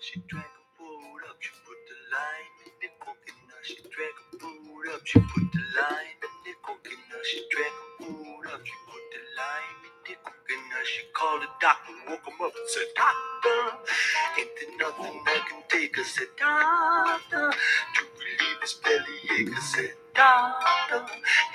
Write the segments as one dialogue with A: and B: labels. A: She drank a boat up, she put the line in the coconut. She drank a boat up, she put the line in the coconut. She drank a boat up, she put the line in the coconut. She called the doctor, woke him up and said, Doctor, ain't there nothing I can take? I said, Doctor, to relieve his belly ache. I said, Doctor,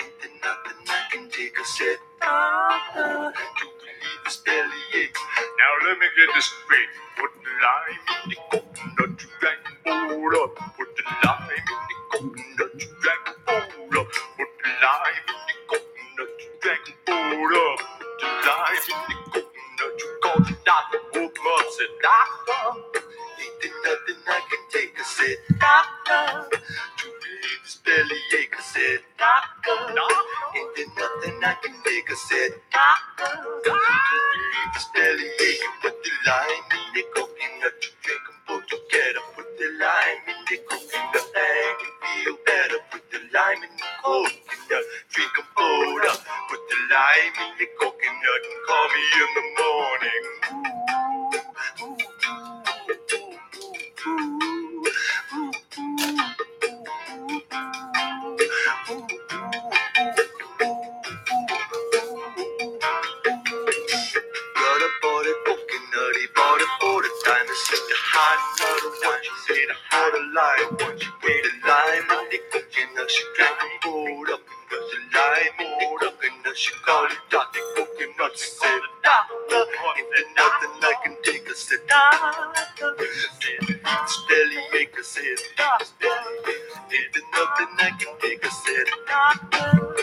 A: ain't there nothing I can take? I said, Doctor, to relieve his belly ache. Now let me get this straight. Put the lime in the coconut, you drank all up. Put the lime in the coconut, you drank all up. Put the lime in the coconut, you drank all up. Put the lime in the coconut, you called the doctor, woke him up, said, Doctor, ain't there nothing I can take? I said, Doctor, to relieve this belly ache. I said, Doctor, ain't there nothing I can take? I said, Doctor, to relieve this belly ache. You Put the lime in the coconut, you drink 'em both together. Put the lime in the coconut, and you feel better. Put the lime in the coconut, drink 'em both up. Put the lime in the coconut, and call me in the morning. Ooh, ooh, ooh, ooh, ooh, ooh, ooh. Got a body poking nutty, bought it for the time to sip the hot water one. She said, I had a lie once. She put the lime in the coconut, she drank and pulled up. Put the lime in the coconut, she called it Dr. Coconut. She said, Doctor, ain't there nothing I can take? I said, Doctor, it's belly ache. I said, Doctor, ain't there nothing I can take? I said, Doctor.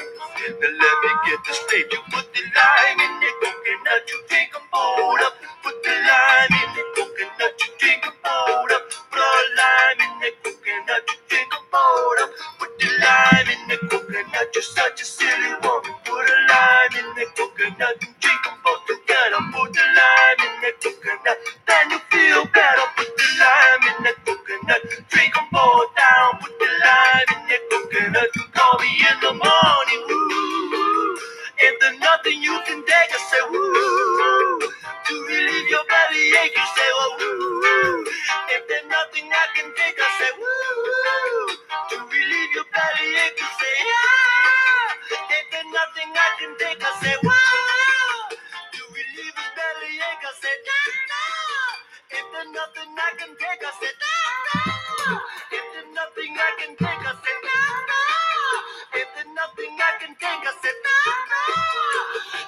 A: Now let me get this straight. You put the lime in the coconut, you drink a bowl up. Put the lime in the coconut, you drink a bowl up. Put a lime in the coconut, you drink a bowl up. Put the lime in the coconut, you're such a silly woman. Put a lime in the coconut, you drink them both together. Put the lime in the coconut, then you feel better. Put the lime in the coconut, drink them both down. Put the lime in the coconut, you call me in the morning. Ooh, if there's nothing you can take, I say woo. To relieve your body ache, you say well, woo. If there's nothing I can take, I say woo. To relieve your body ache, you say yeah. If there's nothing I can take, I say wow. To relieve his belly ache, I say nah. If there's nothing I can take, I say nah. If there's nothing I can take, I say nah. If there's nothing I can take, I say nah.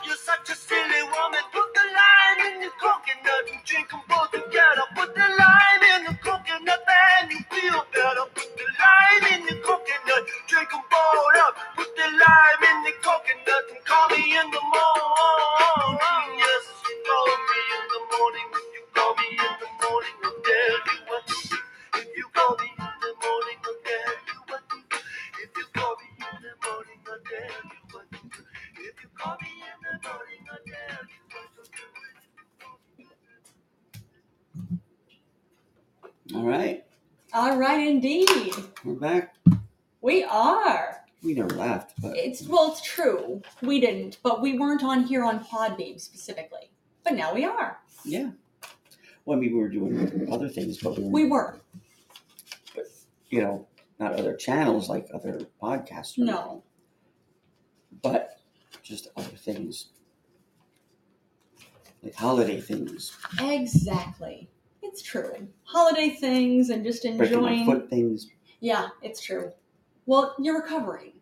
A: You're such a silly woman. Put the lime in the coconut and drink 'em both together. Put the lime in the coconut and you feel better. Put the lime in the coconut, drink 'em both up. Put the lime in the coconut and call me in the morning. Yes, you call me in the morning. If you call me in the morning, I'll tell you what to do. If you call me in the morning, I'll tell you what to do. If you call me in the morning, I'll tell you what to do. If you call me in the morning, I'll tell you what to do. All right. All right, indeed. We're back. We are. We never laughed, but it's well, it's true. We didn't, but we weren't on here on Podbeam specifically. But now we are. Yeah. Well, I mean, we were doing other things, but we were, we were. But, you know, not other channels like other podcasts. or No. anything, But just other things like holiday things,
B: Exactly. It's true. Holiday things and just
A: breaking my
B: enjoying.
A: foot things.
B: Yeah, it's true. Well, you're recovering.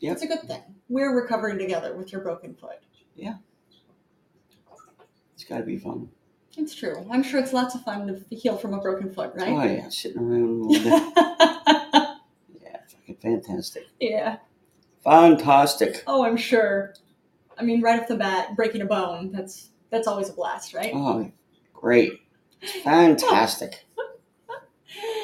A: Yep.
B: It's a good thing. We're recovering together with your broken foot.
A: Yeah. It's got to be fun.
B: It's true. I'm sure it's lots of fun to heal from a broken foot,
A: Oh
B: right?
A: yeah, sitting around. A little bit. Yeah, fucking fantastic.
B: yeah.
A: Fantastic.
B: Oh, I'm sure. I mean, right off the bat, breaking a bone, that's that's always a blast, right?
A: Oh, great. Fantastic.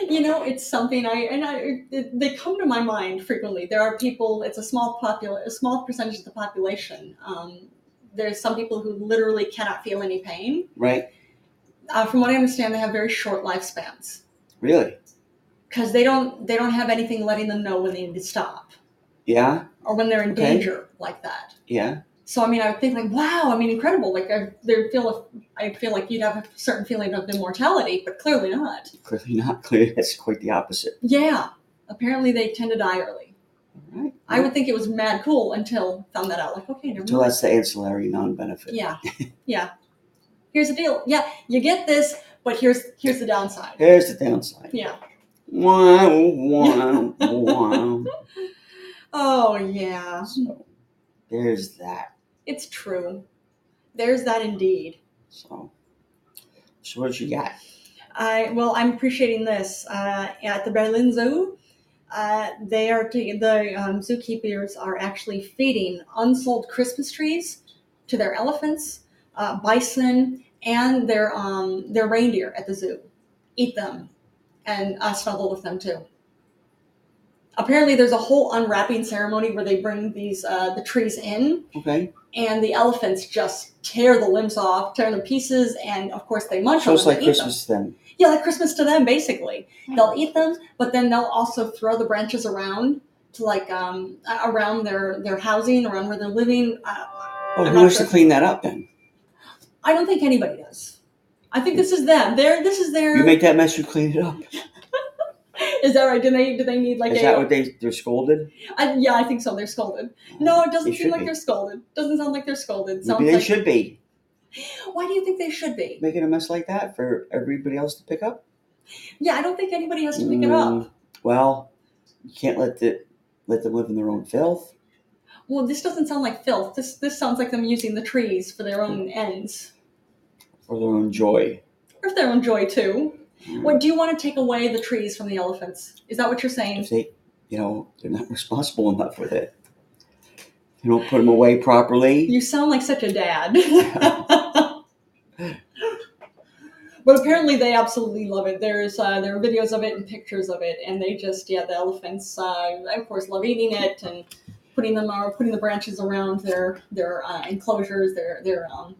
B: You know, it's something I and I they come to my mind frequently. There are people; it's a small popul a small percentage of the population. Um, there's some people who literally cannot feel any pain.
A: Right?
B: Uh, from what I understand, they have very short lifespans
A: Really?
B: because they don't they don't have anything letting them know when they need to stop
A: Yeah?
B: or when they're in
A: Okay.
B: danger like that.
A: Yeah?
B: So I mean, I would think like, wow, I mean, incredible. Like I there feel I feel like you'd have a certain feeling of immortality, but clearly not.
C: Clearly not. Clearly, that's quite the opposite.
B: Yeah, apparently they tend to die early.
C: All right.
B: I would think it was mad cool until found that out. Like, okay, never
C: So
B: mind.
C: that's the ancillary non-benefit.
B: Yeah, yeah. Here's the deal. Yeah, you get this, but here's here's the downside.
C: Here's the downside.
B: Yeah.
C: Wow, wow, wow.
B: Oh yeah,
C: So there's that.
B: it's true. There's that indeed.
C: So, so what you got?
B: I well, I'm appreciating this uh, at the Berlin Zoo. Uh, they are ta- the um, zookeepers are actually feeding unsold Christmas trees to their elephants, uh, bison, and their um, their reindeer at the zoo. Eat them, and I snuggled with them too. Apparently, there's a whole unwrapping ceremony where they bring these uh, the trees in,
C: Okay.
B: and the elephants just tear the limbs off, tear them to pieces, and of course they munch
C: So
B: on
C: it's
B: them.
C: like
B: and eat them
C: Christmas then.
B: yeah, like Christmas to them, basically. They'll eat them, but then they'll also throw the branches around to like um uh, around their their housing, around where they're living. Uh,
C: Oh,
B: I'm
C: who
B: not
C: wants
B: sure.
C: to clean that up then?
B: I don't think anybody does. I think this is them. They're this is their.
C: You make that mess, you clean it up.
B: is that right? Do they do they need like
C: Is
B: a?
C: that what they they're scolded?
B: I- yeah, I think so. They're scolded. No, it doesn't
C: They
B: seem
C: should
B: like
C: be.
B: they're scolded. Doesn't sound like they're scolded. Sounds
C: Maybe they
B: like,
C: should be
B: Why do you think they should be?
C: making a mess like that for everybody else to pick up.
B: Yeah, I don't think anybody has to pick it up.
C: Mm, Well, you can't let the let them live in their own filth.
B: Well, this doesn't sound like filth. This this sounds like them using the trees for their own ends
C: for their own joy.
B: or for their own joy too. What do you want to take away the trees from the elephants? Is that what you're saying?
C: If they, you know, they're not responsible enough with it. You don't put them away properly.
B: You sound like such a dad. but apparently, they absolutely love it. There's uh, there are videos of it and pictures of it, and they just yeah, the elephants uh, of course love eating it and putting them or putting the branches around their their uh, enclosures, their their um,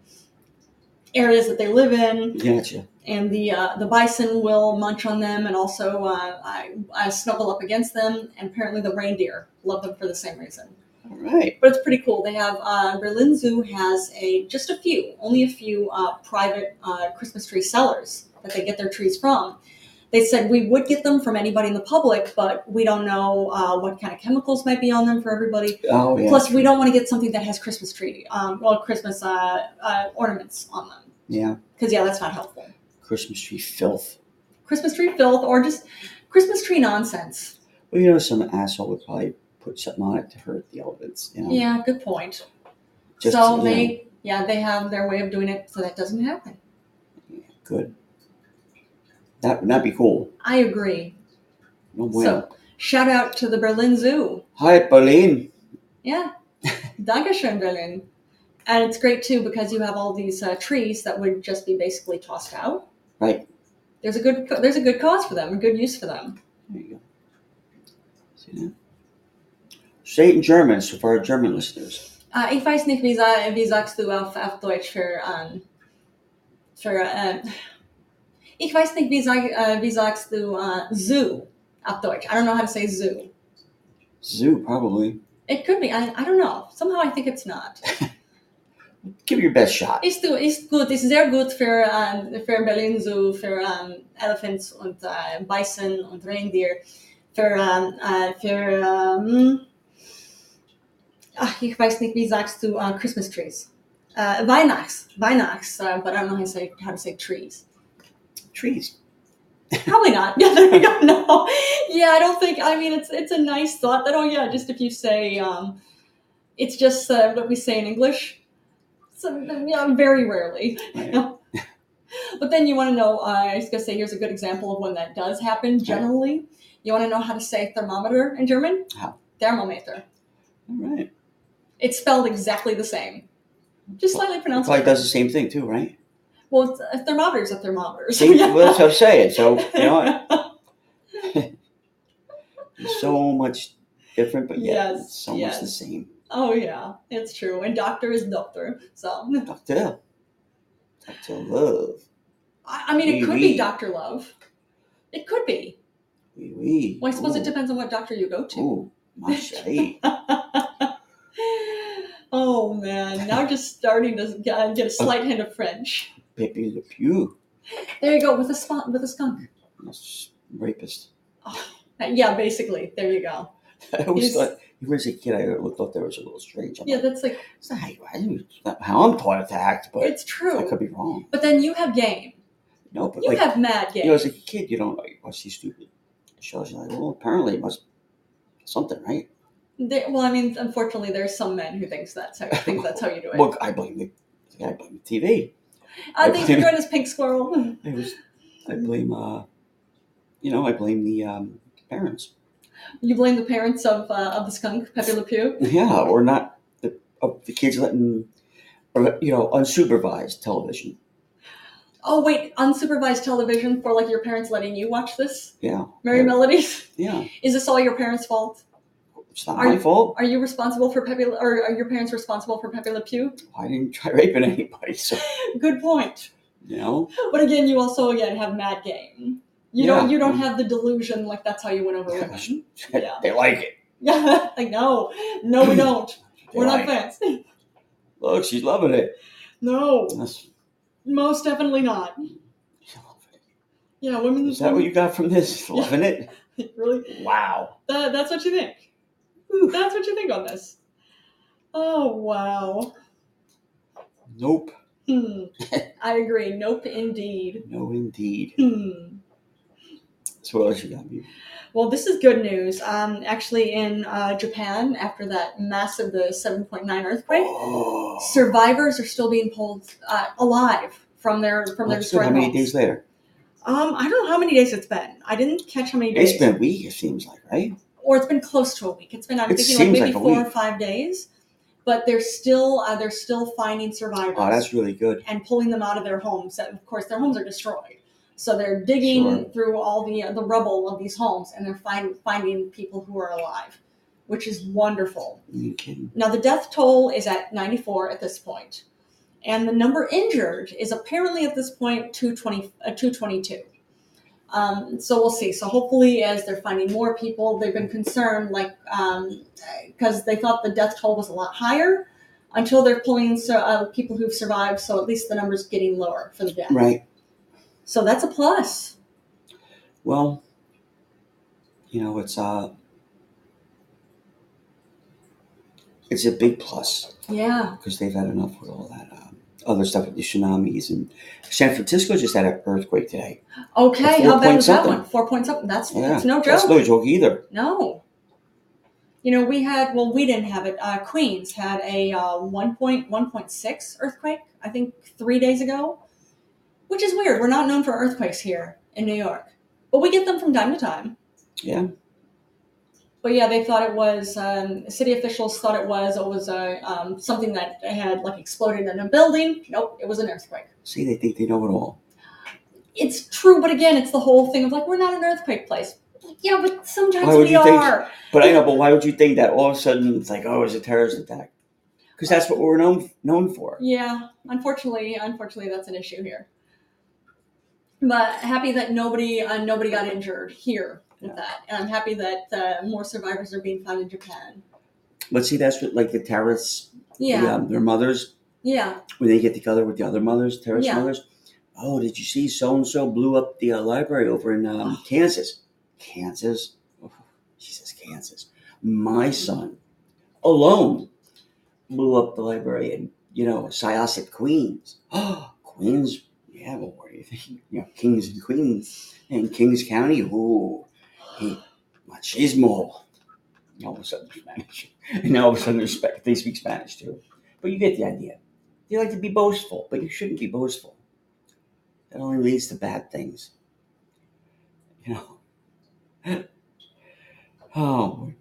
B: areas that they live in.
C: Gotcha.
B: and the uh, the bison will munch on them and also uh, I, I snuggle up against them. And apparently, the reindeer love them for the same reason.
C: All right.
B: But it's pretty cool. They have uh, Berlin Zoo has a just a few, only a few uh, private uh, Christmas tree sellers that they get their trees from. They said we would get them from anybody in the public, but we don't know uh, what kind of chemicals might be on them for everybody.
C: Oh yeah.
B: Plus, we don't want to get something that has Christmas tree, um, well, Christmas uh, uh, ornaments on them,
C: yeah.
B: because yeah, that's not helpful.
C: Christmas tree filth.
B: Christmas tree filth or just Christmas tree nonsense.
C: Well, you know, some asshole would probably put something on it to hurt the elephants. You know.
B: Yeah, good point.
C: Mm. Just,
B: so
C: you
B: they,
C: know,
B: yeah, they have their way of doing it, so that doesn't happen.
C: good. That would not be cool.
B: I agree.
C: No way.
B: So shout out to the Berlin Zoo.
C: Hi, Berlin.
B: Yeah, Dankeschön Berlin. And it's great too because you have all these uh, trees that would just be basically tossed out.
C: Right.
B: There's a good there's a good cause for them, a good use for them.
C: There you go. See that? Say it in German, so for our German listeners.
B: Uh, ich weiß nicht, wie, sa- wie sagst du auf, auf Deutsch für, ähm, für äh, ich weiß nicht, wie, sag, äh, wie sagst du äh, Zoo auf Deutsch. I don't know how to say zoo.
C: Zoo, probably.
B: It could be. I, I don't know. Somehow I think it's not.
C: Give it your best shot.
B: Ist, du, ist gut, ist sehr gut für, ähm, für Berlin Zoo, für ähm, Elephants und äh, Bison und Reindeer, für, ähm, äh, für ähm, ach, ich weiß nicht, wie sagst du, äh, Christmas Trees. Äh, Weihnachts, Weihnachts, äh, but I don't know how to say, how to say trees.
C: Trees.
B: Probably not. Yeah, there we go. No. Yeah, I don't think. I mean, it's it's a nice thought that. Oh yeah, just if you say, um, it's just uh, what we say in English. So yeah, very rarely.
C: Right.
B: But then you want to know. Uh, I was gonna say here's a good example of when that does happen. Generally, you want to know how to say thermometer in German.
C: How?
B: Thermometer.
C: All right.
B: It's spelled exactly the same, just slightly pronounced.
C: Probably does the same thing too, right?
B: Well, it's- a thermometer is a thermometer. so
C: See,
B: yeah.
C: well, that's what I'm saying. So you know, it's so much different, but yet
B: Yes,
C: it's so much the
B: yes.
C: same.
B: oh yeah, it's true. And doctor is doctor. So.
C: Doctor, Doctor Love,
B: I, I mean, it could
C: Maybe.
B: be Doctor Love. It could be.
C: oui, oui.
B: Well, I suppose
C: Ooh,
B: it depends on what doctor you go to.
C: Ooh, my chérie.
B: Oh man, now just starting to uh, get get a
C: Oh.
B: slight hint of French.
C: Pepe Le Pew.
B: There you go with a spot with a skunk. Uh,
C: That's rapist.
B: Yeah, basically. There you go.
C: Oh, I always
B: He's-
C: thought, even as a kid, I always thought that was a little strange. I'm
B: Yeah,
C: like,
B: that's like
C: it's not how you I didn't- it's not how I'm taught to act, but
B: it's
C: I
B: true.
C: could be wrong.
B: But then you have game.
C: No, but
B: You
C: like,
B: have mad game.
C: you know, as a kid, you don't like, what's he stupid? Shows you like, well, apparently it must something, right?
B: There- well, I mean, unfortunately, there's some men who thinks that's how think that's how you do it. Uh,
C: Well, I blame the, I blame the TV.
B: I think you're going as pink squirrel.
C: I was, I blame, uh, you know, I blame the um, parents.
B: You blame the parents of uh, of the skunk, Pepe Le Pew.
C: Yeah, or not the of the kids letting, or, you know, unsupervised television.
B: Oh wait, unsupervised television for like your parents letting you watch this.
C: Yeah,
B: Merry
C: Yeah.
B: Melodies.
C: yeah,
B: Is this all your parents' fault?
C: it's not
B: Are
C: my
B: you-
C: fault.
B: Are you responsible for Pepe? Le- Or are your parents responsible for Pepe Le Pew?
C: I didn't try raping anybody, so
B: Good point.
C: you know,
B: But again, you also again have mad game. You don't
C: Yeah.
B: you don't have the delusion like that's how you win over women. Yeah.
C: they like it.
B: Yeah, like no, no, we don't.
C: They
B: We're not
C: like it.
B: fans.
C: Look, she's loving it.
B: No,
C: That's-
B: most definitely not. Yeah, women.
C: Is that what you got from this? Loving it?
B: really?
C: Wow.
B: That, that's what you think.
C: Whew.
B: That's what you think on this. Oh wow.
C: Nope.
B: Hmm. I agree. Nope, indeed.
C: No, indeed.
B: Hmm.
C: So what else you got? Me?
B: Well, this is good news. Um, actually, in uh, Japan, after that massive the seven point nine earthquake,
C: Oh.
B: survivors are still being pulled uh, alive from their from their
C: Let's see how
B: destroyed
C: many
B: homes.
C: days later?
B: Um, I don't know how many days it's been. I didn't catch how many days.
C: It's been a week. It seems like right.
B: or it's been close to a week. It's been I'm
C: It
B: thinking like
C: seems
B: maybe
C: like a
B: four or
C: week.
B: five days, but they're still uh, they're still finding survivors
C: Oh, that's really good.
B: and pulling them out of their homes. And of course, their homes are destroyed, so they're digging
C: Sure.
B: through all the uh, the rubble of these homes and they're find, finding people who are alive, which is wonderful.
C: Are you kidding?
B: Now the death toll is at 94 at this point, and the number injured is apparently at this point 220, uh, 222. Um, so we'll see. So hopefully, as they're finding more people, they've been concerned, like um, because they thought the death toll was a lot higher, until they're pulling so, uh, people who've survived. So at least the number's getting lower for the death.
C: Right.
B: So that's a plus.
C: Well, you know, it's uh it's a big plus
B: Yeah.
C: because they've had enough with all that um, other stuff with the tsunamis and San Francisco just had an earthquake today.
B: Okay.
C: A
B: How bad
C: four-point
B: was that
C: something.
B: one? Four point something. That's
C: Yeah,
B: that's no joke.
C: That's no joke either.
B: No. You know, we had, well, we didn't have it. Uh, Queens had a uh, 1.1.6 earthquake, I think three days ago, which is weird. We're not known for earthquakes here in New York, but we get them from time to time.
C: Yeah.
B: But yeah, they thought it was, um, city officials thought it was, it was a, um, something that had like exploded in a building. Nope, it was an earthquake.
C: See, they think they know it all.
B: It's true, but again, it's the whole thing of like, we're not an earthquake place. Yeah, but sometimes
C: Why would
B: we
C: you think-
B: are.
C: But I know. But why would you think that all of a sudden it's like, oh, it's a terrorist attack? Because that's what we're known known for.
B: Yeah, unfortunately, unfortunately, that's an issue here. But happy that nobody uh, nobody got injured here with that, and I'm happy that uh, more survivors are being found in Japan.
C: But see, that's what like the terrorists,
B: Yeah,
C: the,
B: yeah,
C: um, their mothers, when they get together with the other mothers, terrorist
B: Yeah.
C: mothers. Oh, did you see so and so blew up the uh, library over in um, Kansas? Kansas? Oh, Jesus, Kansas. My son alone blew up the library in, you know, Syosset, Queens. Oh, Queens? Yeah, well, what do you think? You know, Kings and Queens. And Kings County? Ooh, hey, machismo. And all of a sudden, Spanish. And now all of a sudden, they speak- they speak Spanish too. But you get the idea. You like to be boastful, but you shouldn't be boastful. That only leads to bad things. You know? Oh,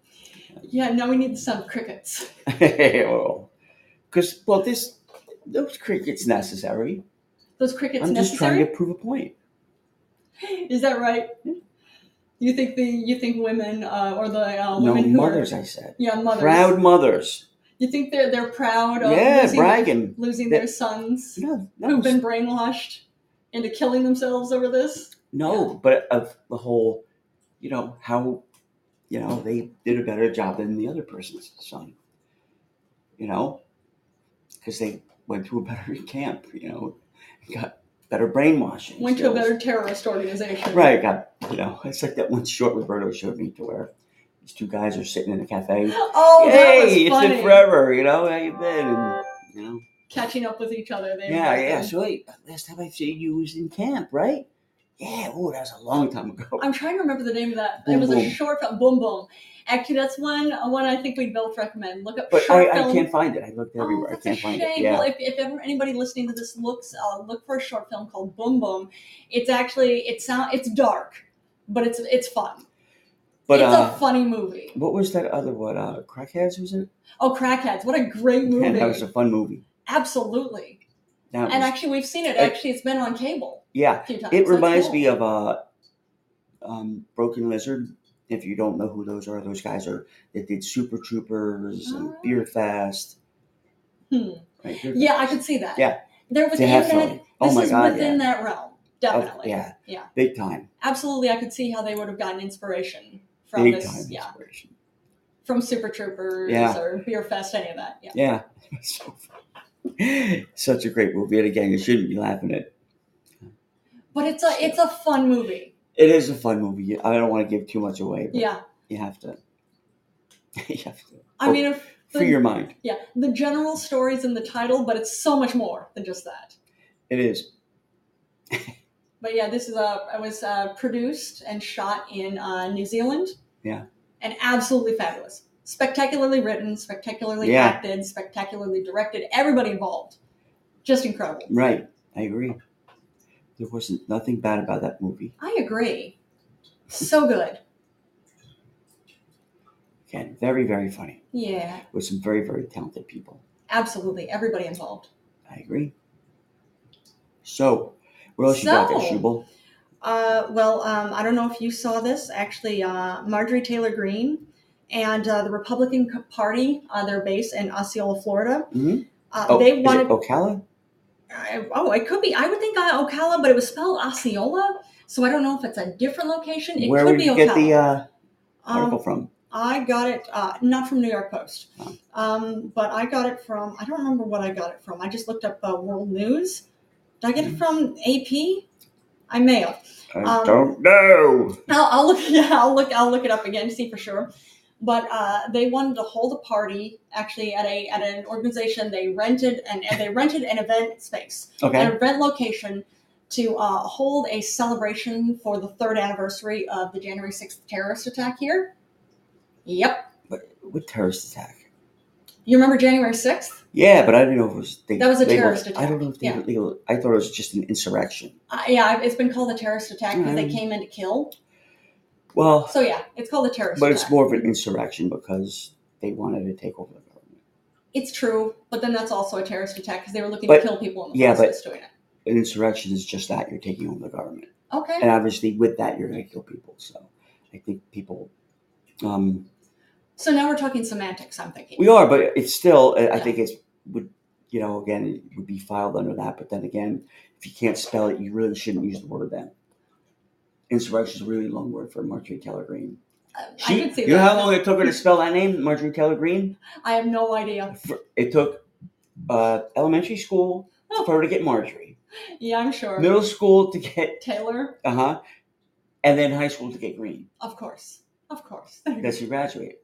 B: yeah. Now we need the sound of crickets.
C: well. Because, well, this, those crickets necessary.
B: Those crickets
C: I'm just
B: necessary.
C: trying to prove a point.
B: Is that right? You think the you think women uh, or the uh,
C: No,
B: women who
C: mothers,
B: are
C: I said.
B: yeah mothers
C: Proud mothers.
B: You think they're they're proud of
C: Yeah,
B: losing,
C: bragging.
B: losing
C: That-
B: their sons
C: No, no,
B: who've been brainwashed into killing themselves over this.
C: no, but of the whole, you know, how, you know, they did a better job than the other person's son. you know, because they went to a better camp, you know, got better brainwashing.
B: Went to a
C: skills.
B: better terrorist organization.
C: Right, got you know, it's like that one short Roberto showed me to where these two guys are sitting in a cafe.
B: Oh,
C: hey,
B: that was
C: it's
B: funny.
C: been forever, you know, how you been? And, you know,
B: Catching up with each other. They
C: yeah,
B: were-
C: yeah. So wait, last time I seen you was in camp, right? Yeah. Oh, that was a long time ago.
B: um, I'm trying to remember the name of that. it
C: Boom
B: was a
C: Boom.
B: short film, Boom Boom. Actually, that's one uh, one I think we'd both recommend. Look up
C: But
B: short
C: I, I
B: film.
C: can't find it. I looked
B: Oh,
C: everywhere. I
B: that's
C: can't
B: a
C: find it.
B: shame.
C: Yeah.
B: Well, if, if ever anybody listening to this looks, uh, look for a short film called Boom Boom. It's actually it sound it's dark, but it's it's fun.
C: But
B: it's
C: uh,
B: a funny movie.
C: what was that other one? Uh, Crackheads was it?
B: Oh, Crackheads! What a great
C: Man,
B: movie.
C: that was a fun movie.
B: Absolutely.
C: That was,
B: And actually, we've seen it.
C: it-
B: Actually, it's been on cable
C: yeah,
B: a few times.
C: it reminds me of uh, um, Broken Lizard. If you don't know who those are, those guys are that did Super Troopers and
B: Alright.
C: Beer Fest.
B: Hmm.
C: Right? Beer
B: Ah. Yeah, I could see that.
C: Yeah.
B: There was
C: Definitely.
B: that.
C: Oh
B: This
C: my
B: is
C: God,
B: within
C: yeah.
B: that realm,
C: Fest.
B: definitely.
C: yeah,
B: Yeah.
C: big time,
B: absolutely i could see how they would have gotten inspiration from
C: big
B: this
C: time
B: yeah
C: inspiration.
B: from super troopers
C: Yeah.
B: or beer fest any of that yeah
C: Yeah, so fun. such a great movie. And again, you shouldn't be laughing at.
B: but it's a it's a fun movie
C: It is a fun movie. I don't want to give too much away, but
B: yeah
C: you have to. you have to
B: i
C: Oh,
B: mean if the,
C: free your mind.
B: yeah the general story's in the title but it's so much more than just that
C: It is.
B: but yeah this is a i was uh, produced and shot in uh, new zealand
C: Yeah.
B: and absolutely fabulous spectacularly written spectacularly
C: Yeah.
B: acted spectacularly directed everybody involved just incredible
C: Right. I agree. There wasn't nothing bad about that movie.
B: i agree so good
C: Again, very, very funny
B: yeah
C: with some very, very talented people.
B: Absolutely, everybody involved.
C: I agree. So, what else you got there,
B: So-
C: Shubal?
B: Uh, well, um, I don't know if you saw this. Actually, uh, Marjorie Taylor Greene and uh, the Republican Co- Party, uh, their base in Osceola, Florida,
C: Mhm.
B: uh,
C: Oh,
B: they
C: is
B: wanted.
C: it Ocala?
B: I- oh, it could be. I would think uh, Ocala, but it was spelled Osceola, so I don't know if it's a different location. It
C: Where
B: could
C: would
B: be
C: you
B: Ocala.
C: get the uh,
B: Um,
C: article from?
B: I got it uh, not from New York Post,
C: Oh.
B: um, but I got it from I don't remember what I got it from. I just looked up uh, World News. Did I
C: Hmm.
B: get it from AP? I may have.
C: I
B: um,
C: don't know.
B: I'll, I'll look. Yeah, I'll look. I'll look it up again to see for sure. But uh, they wanted to hold a party actually at a at an organization. They rented and, and they rented an event space,
C: Okay.
B: an event location, to uh, hold a celebration for the third anniversary of the January sixth terrorist attack here. Yep,
C: But what terrorist attack?
B: you remember January sixth?
C: Yeah, but I didn't know if it was. They,
B: That was a
C: labeled-
B: terrorist
C: I
B: attack,
C: don't know if they
B: yeah.
C: legal. I thought it was just an insurrection.
B: Uh, yeah, it's been called a terrorist attack because they
C: Mm.
B: came in to kill.
C: Well,
B: So yeah, it's called a terrorist.
C: but
B: attack.
C: it's more of an insurrection because they wanted to take over the government.
B: It's true, but then that's also a terrorist attack because they were looking
C: But-
B: to kill people in the
C: yeah, but-
B: process doing it.
C: an insurrection is just that you're taking over the government
B: Okay.
C: and obviously with that you're going to kill people so i think people um
B: So now we're talking semantics, I'm thinking.
C: we are but it's still i I think it's would you know again it would be filed under that but then again if you can't spell it you really shouldn't use the word then insurrection is a really long word for marjorie taylor green
B: Uh, I
C: she
B: did see
C: you know
B: that.
C: how long it took her to spell that name marjorie taylor green
B: I have no idea.
C: For- it took uh, elementary school
B: Oh.
C: for her to get marjorie
B: Yeah, I'm sure.
C: middle school to get
B: Taylor,
C: uh-huh and then high school to get green
B: of course. Of course.
C: that she graduated.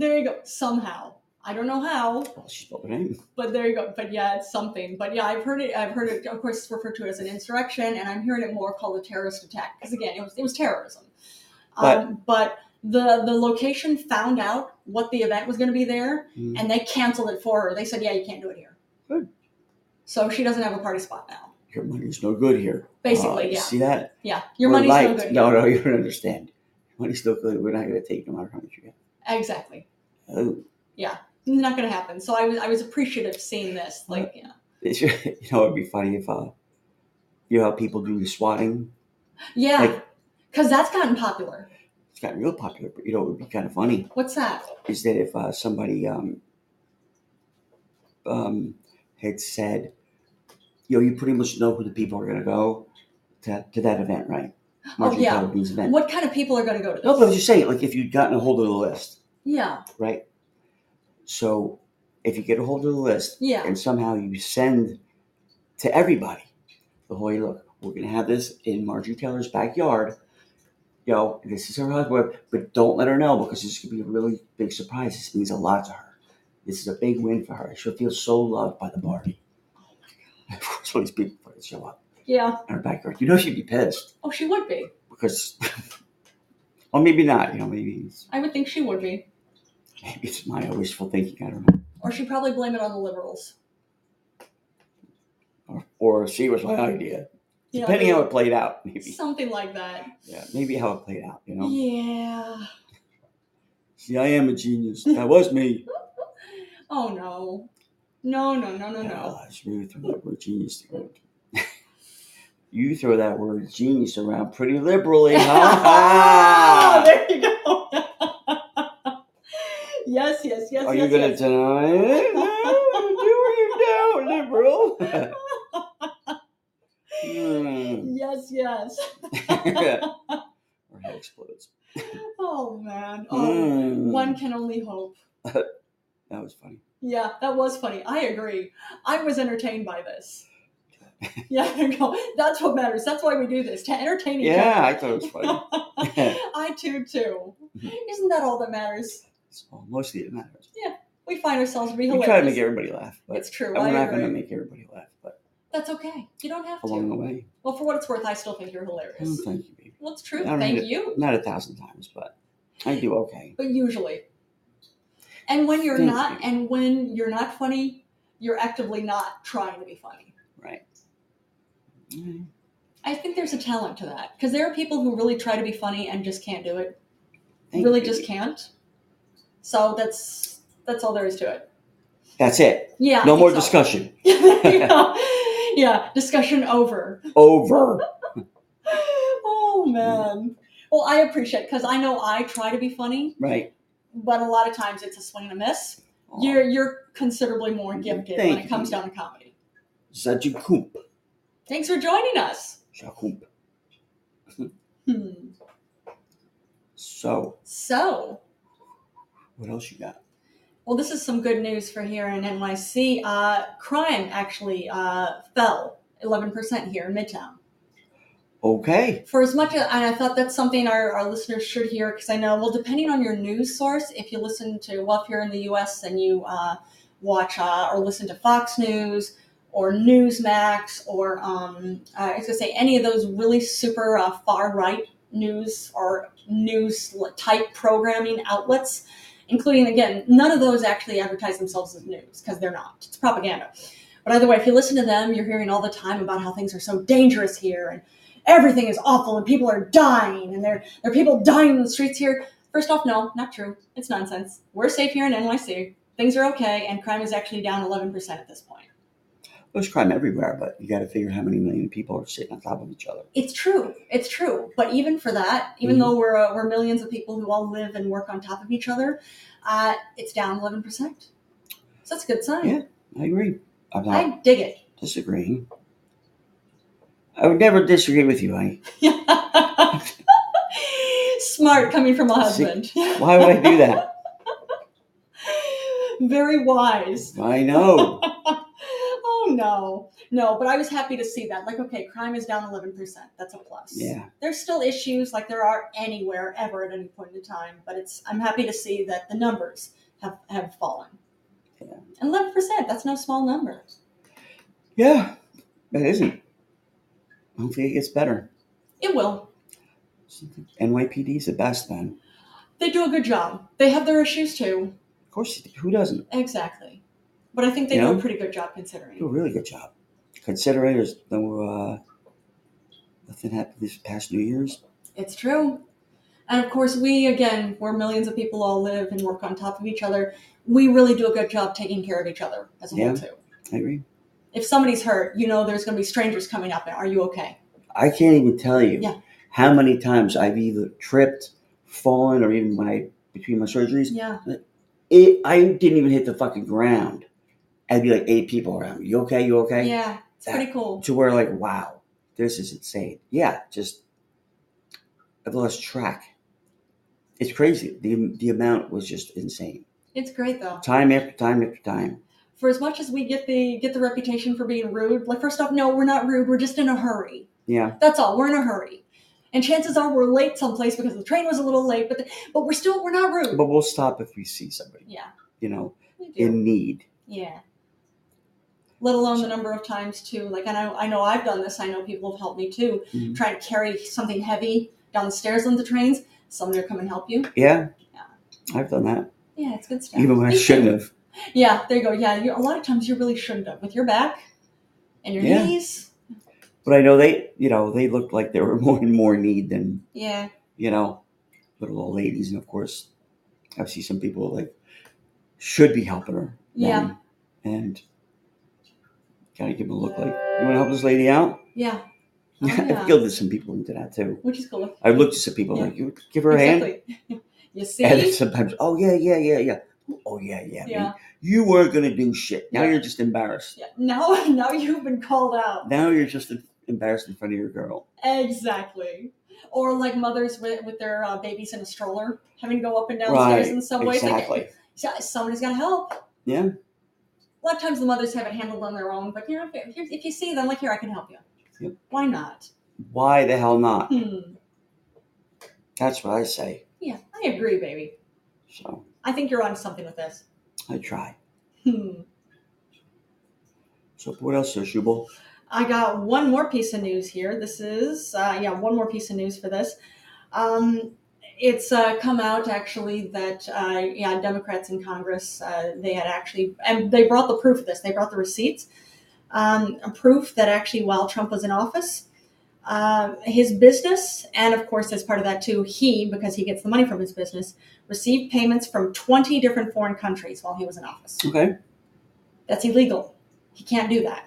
B: There you go. Somehow. I don't know how,
C: Well, she spelled her name.
B: but there you go. But yeah, it's something. But yeah, I've heard it. I've heard it. Of course, it's referred to as an insurrection, and I'm hearing it more called a terrorist attack because again, it was it was terrorism. Um, but the the location found out what the event was going to be there,
C: Mm.
B: and they canceled it for her. They said, "Yeah, you can't do it here."
C: Good.
B: So she doesn't have a party spot now.
C: Your money's no good here.
B: Basically,
C: Uh,
B: yeah.
C: See that?
B: Yeah, your
C: We're
B: money's
C: light.
B: no good.
C: No, no, you don't understand. Your money's no good. We're not going to take no matter how much you get.
B: Exactly,
C: Oh,
B: not going to happen. So I was I was appreciative seeing this. Like, yeah.
C: it's, you know, it'd be funny if uh, you know how people do the swatting.
B: yeah,
C: Like-
B: because that's gotten popular.
C: It's gotten real popular, but you know, it would be kind of funny
B: What's that?
C: is that if uh, somebody um, um, had said, you know, you pretty much know who the people are going to go to, to that event, right? Marjorie
B: Oh, yeah.
C: Taylor Greene's event.
B: What kind of people are going to go to this?
C: No, but I'm just saying, like, if you'd gotten a hold of the list,
B: yeah,
C: right? So if you get a hold of the list
B: Yeah.
C: and somehow you send to everybody the whole hey, look, we're gonna have this in Marjorie Taylor's backyard. You know, this is her husband, but don't let her know because this could be a really big surprise. This means a lot to her. This is a big win for her. She'll feel so loved by the party. Of course, all these people fucking show up
B: Yeah.
C: in her backyard. You know she'd be pissed
B: Oh, she would be.
C: because, or maybe not. You know, maybe it's,
B: I would think she would be.
C: maybe it's my wishful thinking. I don't know.
B: Or she'd probably blame it on the liberals.
C: Or, or she was my idea.
B: You know,
C: Depending how it played out, maybe.
B: Something like that.
C: Yeah, maybe how it played out. You know.
B: Yeah.
C: See, I am a genius. That was me.
B: Oh, no. No, no, no, no, no.
C: I should really throw that word genius around. you throw that word genius around pretty liberally, huh?
B: Ah, there you go. yes, yes, yes,
C: Are
B: yes.
C: you going to
B: yes.
C: deny it? No, do you now, liberal? Hmm.
B: Yes, yes.
C: Our head explodes.
B: Oh man. Oh,
C: Hmm.
B: one can only hope.
C: That was funny.
B: Yeah, that was funny. I agree. I was entertained by this. Yeah, no, that's what matters. That's why we do this to entertain each
C: Yeah, I thought it was funny.
B: other. I too too.
C: Mm-hmm.
B: Isn't that all that matters?
C: It's all- mostly it matters.
B: We find ourselves to be
C: We
B: hilarious.
C: try to make everybody laugh,
B: it's
C: but
B: true.
C: we're
B: I
C: not going to
B: agree.
C: make everybody laugh. But
B: That's okay. You don't have
C: along the
B: to.
C: way,
B: Well, for what it's worth, I still think you're
C: oh,
B: hilarious.
C: thank you, baby.
B: Well, it's true.
C: I don't
B: Thank
C: need it.
B: you.
C: Not a thousand times, but I do okay.
B: But usually. And when you're
C: Thank
B: not,
C: you.
B: and when you're not funny, you're actively not trying to be funny.
C: Mm,
B: I think there's a talent to that because there are people who really try to be funny and just can't do it.
C: thank
B: really
C: you.
B: just can't. So that's that's all there is to it.
C: That's it.
B: Yeah. I
C: No
B: think
C: more
B: so.
C: discussion.
B: yeah. Yeah, Discussion over.
C: Over.
B: Oh man. Well, I appreciate because I know I try to be funny,
C: Right.
B: but a lot of times it's a swing and a miss.
C: Aw,
B: You're you're considerably more gifted when
C: Thank
B: it comes
C: you.
B: down to comedy.
C: Zajukump.
B: Thanks for joining us.
C: Zakump.
B: Hmm.
C: So,
B: So.
C: what else you got?
B: Well, this is some good news for here in NYC. Uh, crime actually uh, fell 11% here in Midtown.
C: Okay.
B: For as much as, and I thought that's something our, our listeners should hear, because I know, well, depending on your news source, if you listen to, well, if you're in the US and you uh, watch uh, or listen to Fox News or Newsmax or, um, uh, I was going to say, any of those really super uh, far right news or news type programming outlets, including, again, none of those actually advertise themselves as news because they're not. It's propaganda. But either way, if you listen to them, you're hearing all the time about how things are so dangerous here and everything is awful and people are dying and there, there are people dying in the streets here. First off, no, not true. It's nonsense. We're safe here in NYC. Things are okay, and crime is actually down 11% at this point.
C: There's crime everywhere, but you got to figure how many million people are sitting on top of each other.
B: It's true. It's true. But even for that, even
C: Mhm.
B: though we're uh, we're millions of people who all live and work on top of each other, uh, it's down eleven percent. So that's a good sign.
C: Yeah. I agree. I'm not
B: I dig it.
C: disagreeing. I would never disagree with you. I,
B: Smart coming from a
C: See,
B: husband.
C: why would I do that?
B: Very wise.
C: I know.
B: oh no, no. But I was happy to see that. Like, okay, crime is down eleven percent. That's a plus.
C: Yeah.
B: There's still issues like there are anywhere ever at any point in time, but it's I'm happy to see that the numbers have have fallen.
C: Yeah.
B: And eleven percent. That's no small number.
C: Yeah. That isn't. Hopefully it gets better.
B: It will.
C: NYPD's the best then.
B: They do a good job. They have their issues too.
C: Of course, it- who doesn't?
B: Exactly. But I think they do
C: Yeah.
B: a pretty good job
C: Do a
B: considering.
C: really good job. Considering there's no uh, nothing happened this past New Year's.
B: It's true. And of course, we again, where millions of people all live and work on top of each other, we really do a good job taking care of each other as a
C: Yeah.
B: whole too.
C: I agree.
B: if somebody's hurt, you know there's going to be strangers coming up. and Are you okay?
C: I can't even tell you
B: Yeah.
C: how many times I've either tripped, fallen, or even when I between my surgeries,
B: Yeah.
C: it I didn't even hit the fucking ground. I'd be like eight people around. me. You okay? You okay?
B: Yeah. It's
C: That-
B: pretty cool.
C: to where like wow this is insane yeah just i've lost track it's crazy the, the amount was just insane
B: It's great though.
C: Time after time after time.
B: For as much as we get the get the reputation for being rude, like first off, no, we're not rude. We're just in a hurry.
C: Yeah.
B: That's all. We're in a hurry, and chances are we're late someplace because the train was a little late. But the, but we're still we're not rude.
C: But we'll stop if we see somebody,
B: yeah,
C: you know,
B: we do.
C: in need.
B: Yeah. Let alone the number of times too. Like I know, I know I've done this. I know people have helped me too.
C: Mhm.
B: Trying to carry something heavy down the stairs on the trains. Somebody will come and help you.
C: Yeah. I've done that.
B: Yeah, it's good stuff.
C: Even when I
B: You
C: shouldn't have.
B: should- Yeah, there you go. Yeah, you, a lot of times you really shouldn't have with your back and your
C: Yeah.
B: knees.
C: But I know they, you know, they looked like they were more and more in need than
B: Yeah,
C: you know, little old ladies. And of course, I see some people like should be helping her.
B: Yeah.
C: then, And kind of give them a look like, you want to help this lady out?
B: yeah, Oh, yeah.
C: I've guided some people into that too.
B: which is cool.
C: I've looked at some people
B: Yeah.
C: like, you give her a hand.
B: Exactly. you see?
C: And then sometimes, oh, yeah, yeah, yeah, yeah. Oh, yeah, yeah.
B: yeah.
C: man. You weren't going to do shit. Now
B: Yeah.
C: you're just embarrassed.
B: yeah. Now, now you've been called out.
C: Now you're just embarrassed in front of your girl.
B: Exactly. Or like mothers with, with their uh, babies in a stroller, having to go up and down
C: Right,
B: stairs in some ways.
C: Exactly.
B: Like, eh. s- somebody's got to help.
C: Yeah.
B: A lot of times the mothers have it handled on their own, but you know, if, if if you see them, like here, I can help you.
C: Yep.
B: Why not?
C: Why the hell not?
B: Hmm.
C: That's what I say.
B: Yeah, I agree, baby.
C: So
B: I think you're onto something with this.
C: I try.
B: Hmm.
C: So what else, Sir Shubal?
B: I got one more piece of news here. This is, uh, yeah, one more piece of news for this. Um, it's uh, come out actually that uh, yeah, Democrats in Congress uh, they had actually and they brought the proof of this. They brought the receipts, um, proof that actually while Trump was in office, uh, his business and of course as part of that too, he because he gets the money from his business received payments from twenty different foreign countries while he was in office.
C: Okay.
B: That's illegal. He can't do that.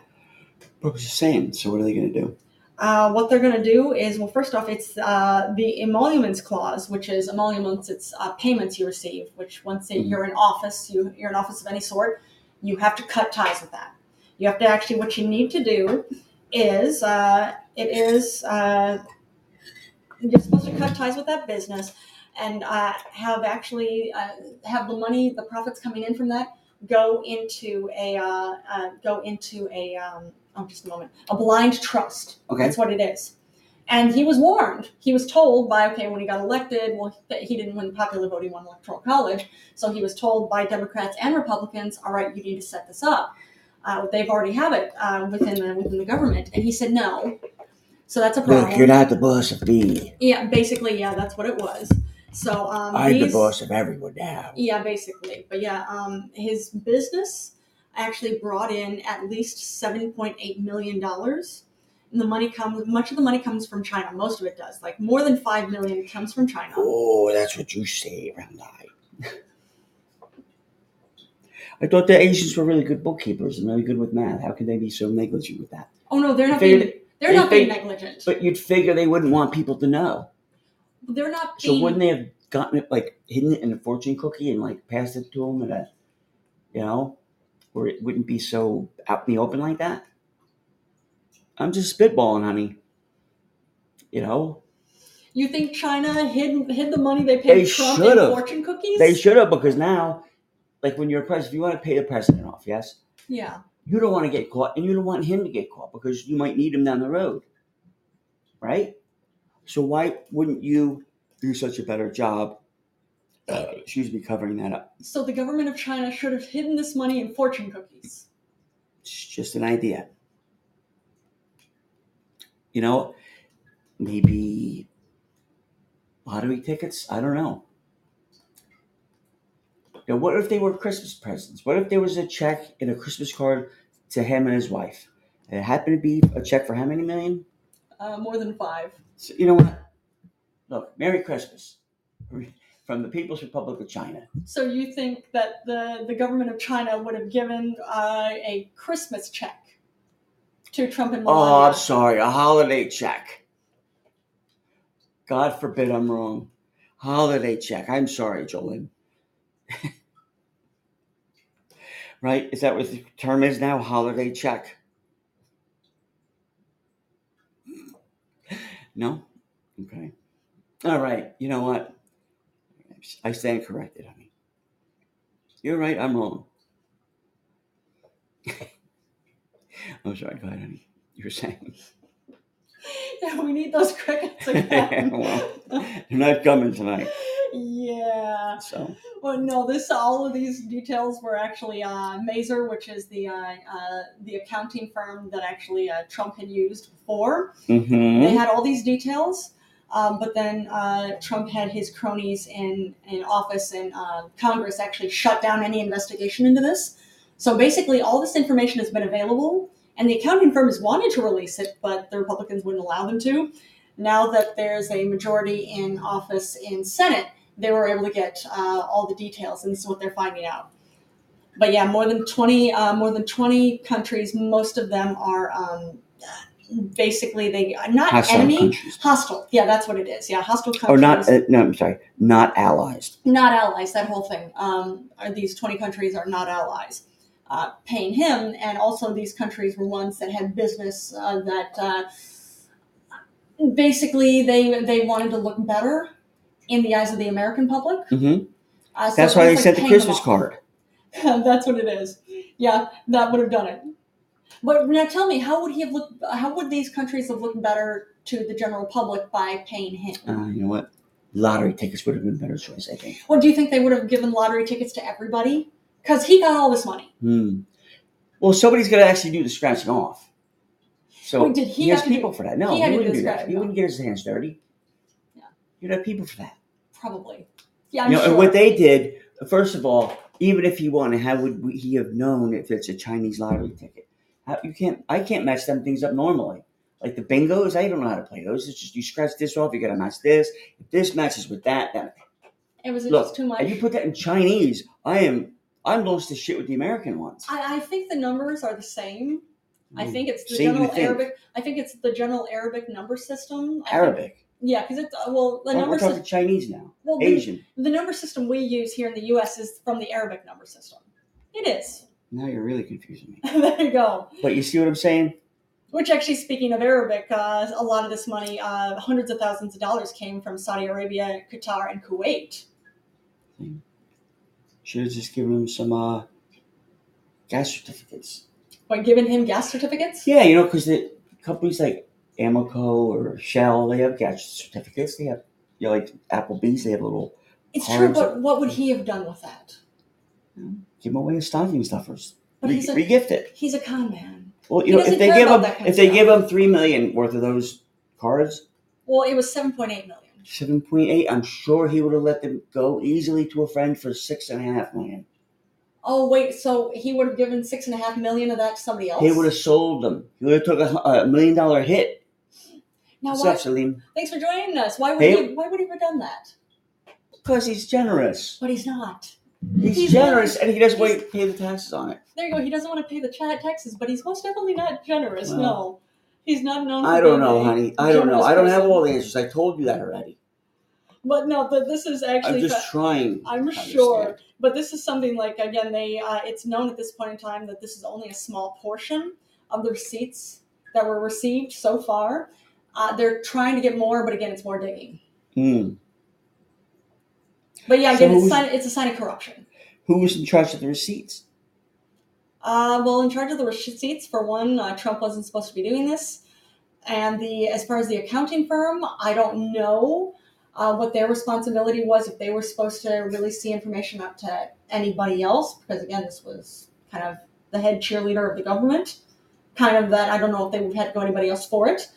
C: But it was the same. So what are they going to do?
B: Uh, what they're going to do is, well, first off, it's uh, the emoluments clause, which is emoluments, it's uh, payments you receive, which once it,
C: Mhm.
B: you're in office, you, you're in office of any sort, you have to cut ties with that. You have to actually, what you need to do is, uh, it is, uh, you're supposed to cut ties with that business and uh, have actually uh, have the money, the profits coming in from that go into a, uh, uh, go into a, um, oh, just a moment, a blind trust.
C: Okay.
B: That's what it is. And he was warned. He was told by, okay, when he got elected, well, he- he didn't win the popular vote, he won Electoral College. So he was told by Democrats and Republicans, all right, you need to set this up. Uh, they've already have it uh, within, the, within the government. And he said no. So that's a problem.
C: Look, you're not the boss of me.
B: yeah, basically, yeah, that's what it was. So um,
C: I'm the
B: he's-
C: boss of everyone now.
B: yeah, basically. But yeah, um, his business actually brought in at least seven point eight million dollars. And the money comes much of the money comes from China. Most of it does. Like more than five million comes from China.
C: Oh, that's what you say, Round Eye. I thought the Asians were really good bookkeepers and really good with math. How could they be so negligent with that?
B: Oh no, they're not
C: They-
B: being they're
C: they
B: not being
C: think-
B: negligent.
C: But you'd figure they wouldn't want people to know.
B: They're not
C: So
B: being
C: wouldn't they have gotten it, like, hidden it in a fortune cookie and, like, passed it to them in a, you know, where it wouldn't be so out in the open like that? I'm just spitballing, honey. You know,
B: you think China hid hid the money they paid
C: They
B: Trump in
C: should've.
B: fortune cookies?
C: They should have because now, like when you're a president, if you want to pay the president off, yes,
B: yeah.
C: you don't want to get caught, and you don't want him to get caught because you might need him down the road, right? So why wouldn't you do such a better job? Uh, excuse me, covering that up.
B: So the government of China should have hidden this money in fortune cookies.
C: It's just an idea. You know, maybe lottery tickets. I don't know. Now, what if they were Christmas presents? What if there was a check and a Christmas card to him and his wife? And it happened to be a check for how many million?
B: Uh, more than five.
C: So, you know what? Look, Merry Christmas from the People's Republic of China.
B: So you think that the, the government of China would have given uh, a Christmas check to Trump and
C: Oh, I'm
B: Melania?
C: sorry, a holiday check. God forbid I'm wrong. Holiday check. I'm sorry, Jolene. right? Is that what the term is now? Holiday check. No? Okay. All right. You know what? I stand corrected, honey. You're right. I'm wrong. I'm sorry. Go ahead, honey. You were saying.
B: Yeah, we need those crickets again.
C: Well. They're not coming tonight.
B: yeah.
C: So
B: Well, no, this all of these details were actually uh, Mazer, which is the uh, uh, the accounting firm that actually uh, Trump had used before. They
C: hmm
B: had all these details, um, but then uh, Trump had his cronies in in office and uh, Congress actually shut down any investigation into this. So basically, all this information has been available, and the accounting firms wanted to release it, but the Republicans wouldn't allow them to. Now that there's a majority in office in Senate, they were able to get uh, all the details, and this is what they're finding out. But yeah, more than twenty, uh, more than twenty countries. Most of them are um, basically they not
C: hostile
B: enemy,
C: countries.
B: Hostile. Yeah, that's what it is. Yeah, hostile countries.
C: Or not? Uh, no, I'm sorry. Not allies.
B: not allies, that whole thing. Um, are these 20 countries are not allies. Uh, paying him, and also these countries were ones that had business uh, that uh, basically they they wanted to look better in the eyes of the American public.
C: hmm
B: Uh, so
C: That's
B: it
C: why they
B: was like
C: sent the
B: paying them
C: Christmas
B: off.
C: card.
B: That's what it is. Yeah, that would have done it. But now tell me, how would he have looked? How would these countries have looked better to the general public by paying him?
C: Uh, you know what? Lottery tickets would have been a better choice, I think.
B: Well, do you think they would have given lottery tickets to everybody? Because he got all this money.
C: Hmm. Well, somebody's going to actually do the scratching off. So
B: Wait, did he
C: has
B: have to do-
C: people for that. No,
B: he
C: he,
B: had to do
C: wouldn't
B: the
C: do that.
B: scratching
C: He
B: off.
C: wouldn't get his hands dirty.
B: Yeah.
C: You'd have people for that.
B: Probably. Yeah, I'm
C: you know,
B: sure.
C: and what they did, first of all, even if he won, how would we- he have known if it's a Chinese lottery ticket? How, you can't, I can't match them things up normally. Like the bingos, I don't know how to play those. It's just you scratch this off, you got to match this. If this matches with that, that
B: it was
C: look,
B: just too much.
C: and you put that in Chinese, I am, I'm lost to shit with the American ones.
B: I, I think the numbers are the same. I think it's the
C: Mm, Same you
B: general
C: think.
B: Arabic. I think it's the general Arabic number system. I think-
C: Arabic.
B: yeah, because it's uh, well the Oh,
C: We're-
B: number
C: we're talking
B: system.
C: Chinese now,
B: Well, the,
C: Asian.
B: the number system we use here in the U.S. is from the Arabic number system. It is.
C: Now you're really confusing me.
B: there you go.
C: But you see what I'm saying?
B: Which, actually, speaking of Arabic, uh, a lot of this money, uh, hundreds of thousands of dollars, came from Saudi Arabia, Qatar, and Kuwait.
C: Should have just given him some uh, gas certificates.
B: By giving him gas certificates?
C: Yeah, you know, because the companies like Amoco or Shell, they have gas certificates. They have, you know, like Applebee's, they have little
B: It's
C: All
B: true,
C: right,
B: but what would he have done with that?
C: give them away as stocking stuffers.
B: But
C: Re-
B: he's a-
C: regift it.
B: He's a con man.
C: Well,
B: he
C: you know,
B: doesn't
C: if they
B: care
C: give
B: about
C: them,
B: that kind
C: if
B: of
C: they
B: stuff.
C: give them three million worth of those cards,
B: Well, it was 7.8 million.
C: seven point eight, I'm sure he would have let them go easily to a friend for six and a half million.
B: Oh, wait, so he would have given six and a half million of that to somebody else?
C: He would have sold them. He would have took a, hu- a million dollar hit.
B: Now,
C: What's
B: why,
C: up, Salim?
B: thanks for joining us. Why would,
C: Hey.
B: he, why would he have done that?
C: Because he's generous.
B: But he's not.
C: He's,
B: He's
C: generous, and he doesn't
B: he's-
C: wait to pay the taxes on it.
B: There you go. He doesn't want to pay the chat taxes, but he's most definitely not generous.
C: Well.
B: no. He's not known for
C: I don't
B: being
C: know,
B: a
C: honey. I don't know.
B: generous
C: I don't have
B: person.
C: all the answers. I told you that already.
B: But no, but this is
C: I'm
B: actually.
C: just trying.
B: I'm
C: to understand.
B: sure, but this is something like again, they uh, it's known at this point in time that this is only a small portion of the receipts that were received so far. Uh, they're trying to get more, but again, it's more digging.
C: Hmm.
B: But yeah, again,
C: So
B: it's,
C: who's-
B: sign, it's a sign of corruption.
C: Who was in charge of the receipts?
B: Uh, well, in charge of the receipts, for one, uh, Trump wasn't supposed to be doing this, and the as far as the accounting firm, I don't know uh, what their responsibility was if they were supposed to really see information out to anybody else, because again, this was kind of the head cheerleader of the government, kind of that I don't know if they would have had to go anybody else for it,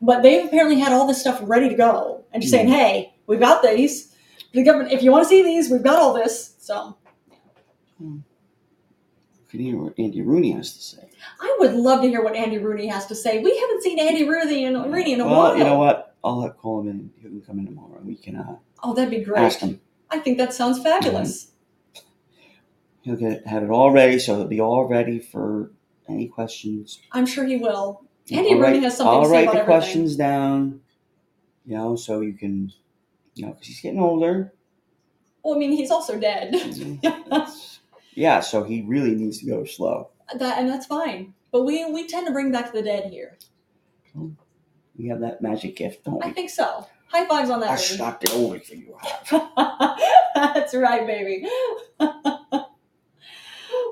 B: but they've apparently had all this stuff ready to go and just saying, hey, we've got these. The government, if you want to see these, we've got all this. So
C: You can hear what Andy Rooney has to say.
B: I would love to hear what Andy Rooney has to say. We haven't seen Andy Rooney in, Rooney in a
C: well,
B: while.
C: you know what? I'll have call him in. He can come in tomorrow. and We can uh,
B: Oh, that'd be great.
C: ask him.
B: I think that sounds fabulous.
C: He'll get have it all ready, so he'll be all ready for any questions.
B: I'm sure he will. Andy
C: I'll
B: Rooney
C: write-
B: has something
C: I'll
B: to say
C: write
B: about
C: the
B: everything.
C: questions down. You know, so you can, you know, because he's getting older.
B: Well, I mean, he's also dead.
C: Mhm.
B: that,
C: yeah, so he really needs to go slow.
B: and that's fine. But we, we tend to bring back the dead here.
C: We have that magic gift, don't
B: I
C: we?
B: think so. High fives on
C: I
B: that. baby.
C: stopped the only thing you have.
B: that's right, baby.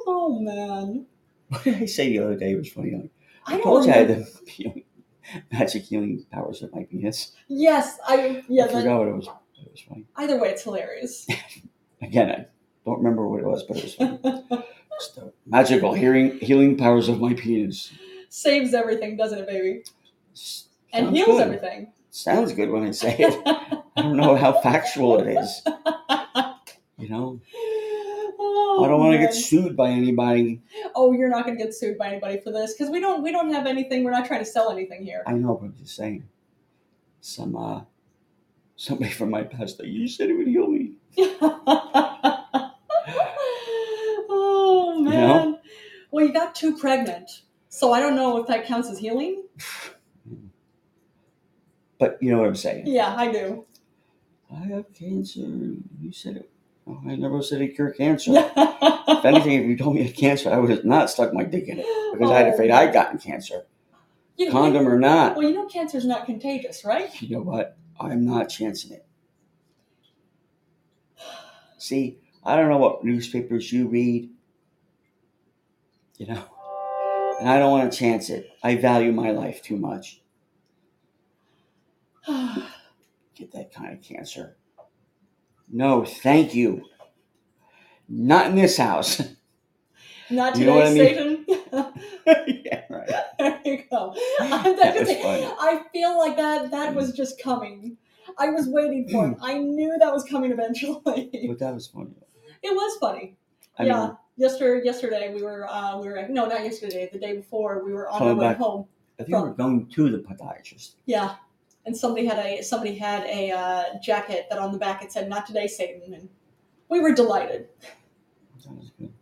B: Oh, man.
C: What did I say the other day? It was funny. Like,
B: I
C: I
B: don't
C: told you I had
B: remember.
C: the healing- magic healing powers of my penis.
B: Yes, I yeah.
C: I
B: that-
C: forgot what it was. but It was funny.
B: either way, it's hilarious.
C: Again, I don't remember what it was, but it was funny. It's the magical healing healing powers of my penis.
B: Saves everything, doesn't it, baby?
C: S-
B: And
C: sounds
B: heals
C: good.
B: everything.
C: Sounds good when I say it. I don't know how factual it is. You know,
B: Oh,
C: I don't want to
B: man.
C: get sued by anybody.
B: Oh, you're not going to get sued by anybody for this because we don't we don't have anything. We're not trying to sell anything here.
C: I know, but I'm just saying. Some uh, somebody from my past that you said it would heal me.
B: oh
C: You
B: man.
C: know?
B: Well, you got two pregnant, so I don't know if that counts as healing.
C: But you know what I'm saying.
B: Yeah, I do.
C: I have cancer. You said it. Oh, I never said it cure cancer. If
B: Yeah.
C: anything, if you told me I had cancer, I would have not stuck my dick in it because
B: Oh,
C: I had afraid I'd gotten cancer.
B: You- you-
C: Condom or not,
B: Well, you know, cancer's not contagious, right?
C: you know what? I'm not chancing it. See, I don't know what newspapers you read, you know, and I don't want to chance it. I value my life too much. Get that kind of cancer. No, thank you. Not in this house.
B: Not today,
C: You know what I
B: Satan.
C: mean? yeah, right.
B: there you go. I'm
C: That
B: not
C: was
B: gonna say-
C: funny. Mm.
B: I feel like that that was just coming. I was waiting for it. I knew that was coming eventually. it
C: But that Mm. was funny.
B: was funny.
C: I
B: yeah.
C: mean,
B: yesterday, yesterday we were uh, we were no, not yesterday. The day before we were on our
C: Coming
B: way
C: back.
B: home.
C: I think we're going to the podiatrist.
B: Yeah. And somebody had a somebody had a uh, jacket that on the back it said "Not today, Satan," and we were delighted.
C: That was good.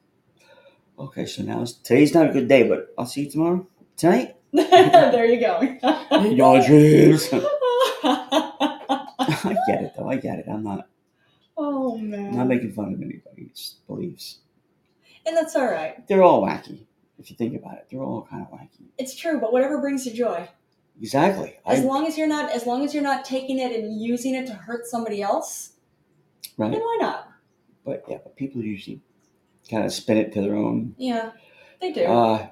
C: Okay, so now it's, today's not a good day, but I'll see you tomorrow. Tonight?
B: there you go.
C: Y'all dreams. I get it though. I get it. I'm not
B: oh
C: I'm
B: man.
C: not making fun of anybody's beliefs.
B: and that's all right.
C: They're all wacky. If you think about it, they're all kind of wacky.
B: It's true, but whatever brings you joy.
C: Exactly.
B: As
C: I,
B: long as you're not as long as you're not taking it and using it to hurt somebody else,
C: right.
B: then why not?
C: But yeah, but people usually kind of spin it to their own
B: Yeah. They do.
C: uh,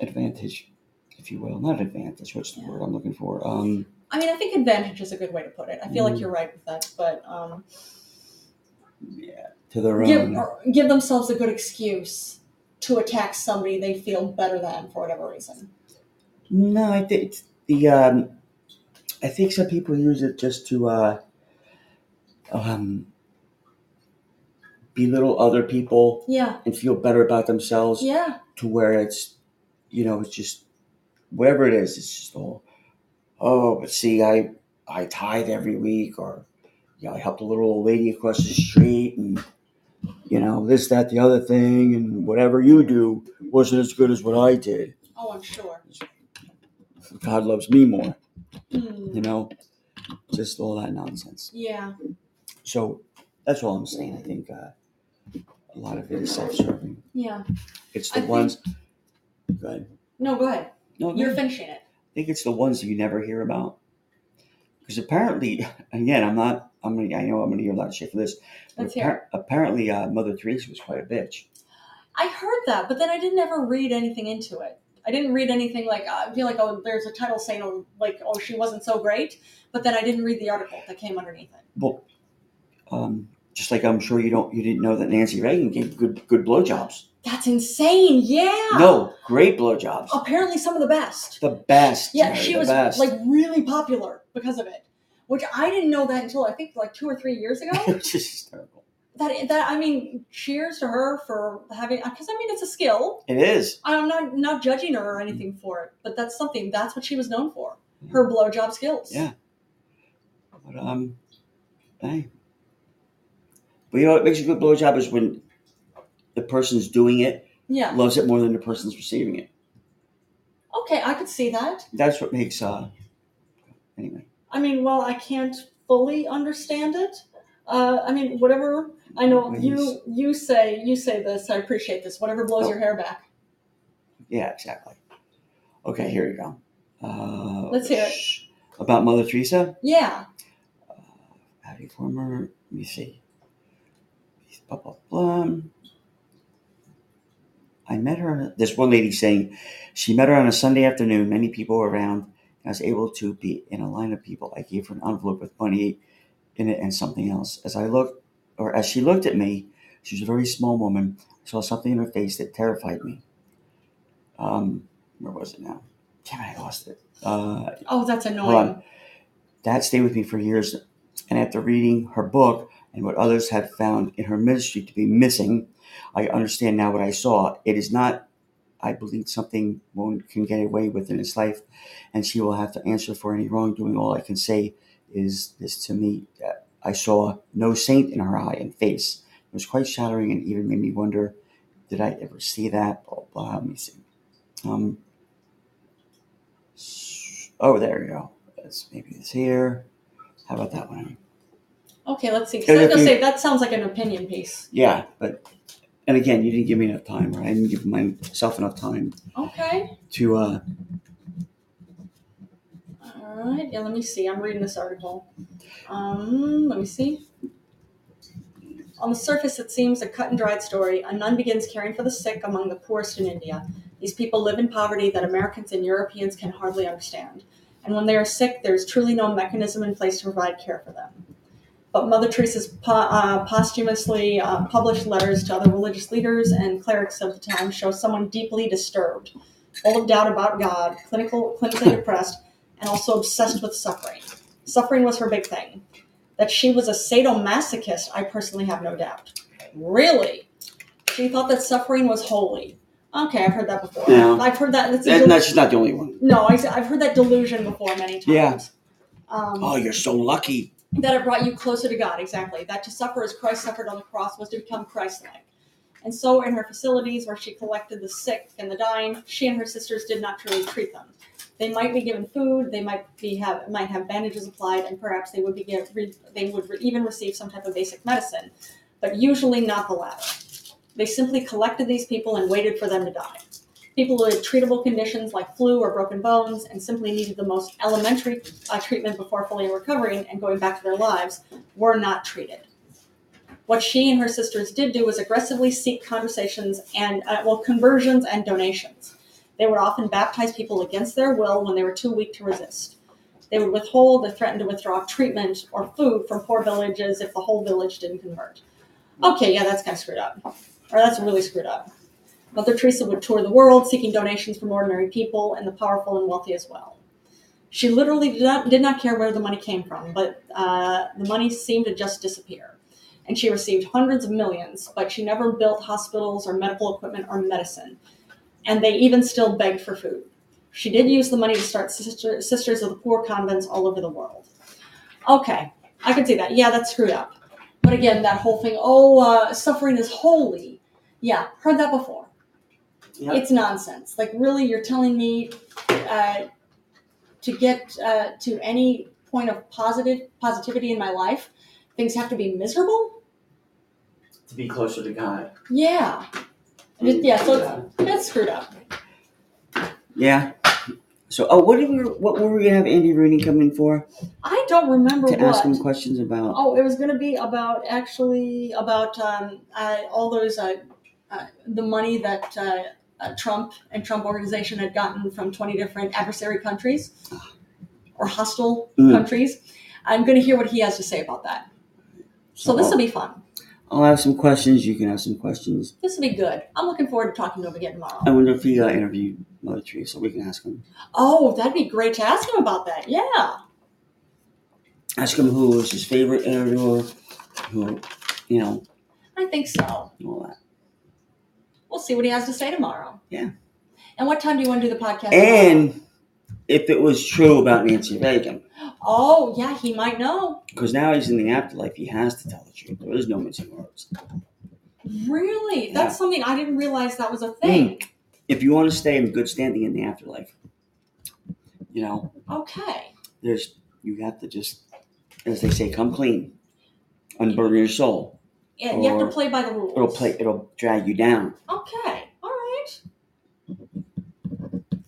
C: advantage, if you will. Not advantage. What's the word I'm looking for? Um,
B: I mean, I think advantage is a good way to put it. I feel
C: Mm.
B: like you're right with that, but um,
C: yeah, to their own.
B: give or give themselves a good excuse to attack somebody they feel better than for whatever reason.
C: No, I think it's the um, I think some people use it just to uh, um, belittle other people
B: Yeah,
C: and feel better about themselves.
B: yeah,
C: To where it's, you know, it's just whatever it is. It's just all, oh, but see, I I tithe every week, or you know, I helped a little old lady across the street, and you know, this, that, the other thing, and whatever you do wasn't as good as what I did.
B: oh, I'm sure.
C: God loves me more.
B: Hmm.
C: you know, just all that nonsense.
B: Yeah,
C: So that's all I'm saying. I think uh, a lot of it is self-serving.
B: yeah.
C: It's
B: I
C: the
B: think-
C: ones. Go ahead.
B: No, go ahead.
C: No,
B: You're
C: I
B: finishing it.
C: think it's the ones that you never hear about. Because apparently, again, I'm not. I'm gonna. I know I'm gonna hear a lot of shit for this. but
B: Let's hear
C: appar- Apparently, uh, Mother Teresa was quite a bitch.
B: I heard that, but then I didn't ever read anything into it. I didn't read anything like I feel like oh, there's a title saying oh, like oh she wasn't so great, but then I didn't read the article that came underneath it.
C: Well, um, just like I'm sure you don't. You didn't know that Nancy Reagan gave good good blowjobs.
B: That's insane. Yeah.
C: No, great blowjobs.
B: Apparently, some of the best.
C: The best.
B: Oh. Yeah,
C: Mary,
B: she
C: the
B: was
C: best.
B: like really popular because of it, which I didn't know that until I think like two or three years
C: it
B: ago.
C: was just hysterical.
B: that that I mean, cheers to her for having because I mean it's a skill.
C: It is.
B: I'm not not judging her or anything for it, but that's something that's what she was known for her blowjob skills.
C: Yeah. But um, hey. But you know what makes a good blowjob is when the person's doing it
B: yeah.
C: loves it more than the person's receiving it.
B: Okay, I could see that.
C: That's what makes uh. Anyway,
B: I mean, well, I can't fully understand it. Uh, I mean, whatever. I know
C: Well,
B: you you say you say this. I appreciate this. Whatever blows your hair back.
C: yeah, exactly. Okay, here you go. Uh,
B: Let's hear it.
C: sh- About Mother Teresa,
B: Yeah.
C: howdy former. Let me see. Blah blah blah. I met her. On a, this one lady saying she met her on a Sunday afternoon. Many people were around. And I was able to be in a line of people. I gave her an envelope with money in it and something else. As I looked, or as she looked at me, she was a very small woman. I saw something in her face that terrified me. Um, where was it now? Damn it, I lost it. Uh,
B: Oh, that's
C: Hold
B: annoying.
C: that stayed with me for years. And after reading her book and what others had found in her ministry to be missing, I understand now what I saw. It is not, I believe, something one can get away with in this life, and she will have to answer for any wrongdoing. All I can say is this to me that I saw no saint in her eye and face. It was quite shattering and even made me wonder did I ever see that? Blah, blah, let me see. Um, s- oh, there we go. That's maybe it's here. How about that one?
B: Okay, let's see. 'Cause
C: And
B: I was
C: if
B: gonna
C: you-
B: say that sounds like an opinion piece.
C: Yeah, but and again, you didn't give me enough time, or I didn't give myself enough time
B: Okay.
C: to. uh
B: All right. Yeah. Let me see. I'm reading this article. Um. Let me see. On the surface, it seems a cut and dried story. A nun begins caring for the sick among the poorest in India. These people live in poverty that Americans and Europeans can hardly understand. And when they are sick, there is truly no mechanism in place to provide care for them. But Mother Teresa's po- uh, posthumously uh, published letters to other religious leaders and clerics of the time show someone deeply disturbed, full of doubt about God, clinical, clinically depressed, and also obsessed with suffering. Suffering was her big thing. That she was a sadomasochist, I personally have no doubt. Really? She thought that suffering was holy. Okay, I've heard that before.
C: No.
B: I've heard that. That's a
C: eh,
B: del-
C: No, she's not the only one.
B: no, I, I've heard that delusion before many times.
C: Yeah.
B: Um,
C: Oh, you're so lucky.
B: that it brought you closer to God, exactly. That to suffer as Christ suffered on the cross was to become Christ like. And so, in her facilities where she collected the sick and the dying, she and her sisters did not truly treat them. They might be given food, they might be have might have bandages applied, and perhaps they would be give, re, they would re- even receive some type of basic medicine, but usually not the latter. They simply collected these people and waited for them to die. People who had treatable conditions like flu or broken bones and simply needed the most elementary uh, treatment before fully recovering and going back to their lives were not treated. What she and her sisters did do was aggressively seek conversations and, uh, well, conversions and donations. They would often baptize people against their will when they were too weak to resist. They would withhold or threaten to withdraw treatment or food from poor villages if the whole village didn't convert. Okay, yeah, that's kind of screwed up. Or that's really screwed up. Mother Teresa would tour the world seeking donations from ordinary people and the powerful and wealthy as well. She literally did not, did not care where the money came from, but uh, the money seemed to just disappear. And she received hundreds of millions, but she never built hospitals or medical equipment or medicine. And they even still begged for food. She did use the money to start sister, Sisters of the Poor convents all over the world. Okay, I can see that. Yeah, that's screwed up. But again, that whole thing oh, uh, suffering is holy. Yeah, heard that before.
C: Yeah.
B: It's nonsense. Like, really, you're telling me uh, to get uh, to any point of positive positivity in my life, things have to be miserable.
C: To be closer to God.
B: Yeah, And
C: Mm.
B: it- yeah. So it's, that's screwed up.
C: Yeah. So, oh, what did we? What were we gonna have Andy Rooney come in for?
B: I don't remember
C: To ask
B: what.
C: him questions about?
B: Oh, it was going to be about actually about um, uh, all those uh, uh, the money that uh, uh, Trump and Trump organization had gotten from twenty different adversary countries or hostile
C: Mm.
B: countries. I'm going to hear what he has to say about that. So this will be fun.
C: I'll have some questions. You can have some questions.
B: This will be good. I'm looking forward to talking to him again tomorrow.
C: I wonder if he uh, interviewed Mother Teresa. We can ask him.
B: Oh, that'd be great to ask him about that. Yeah.
C: Ask him who was his favorite interviewer, who, you know,
B: I think so.
C: and all that.
B: We'll see what he has to say tomorrow.
C: Yeah.
B: And what time do you want to do the podcast?
C: And if it was true about Nancy Reagan.
B: tomorrow? Oh, yeah, he might know.
C: Because now he's in the afterlife, he has to tell the truth. There is no missing words.
B: Really? That's
C: Yeah.
B: something I didn't realize that was a thing.
C: If you want to stay in good standing in the afterlife, you know,
B: Okay.
C: there's you have to just, as they say, come clean, unburden your soul.
B: Yeah, you have to
C: Or-
B: play by the rules.
C: It'll play. It'll drag you down.
B: Okay. All right.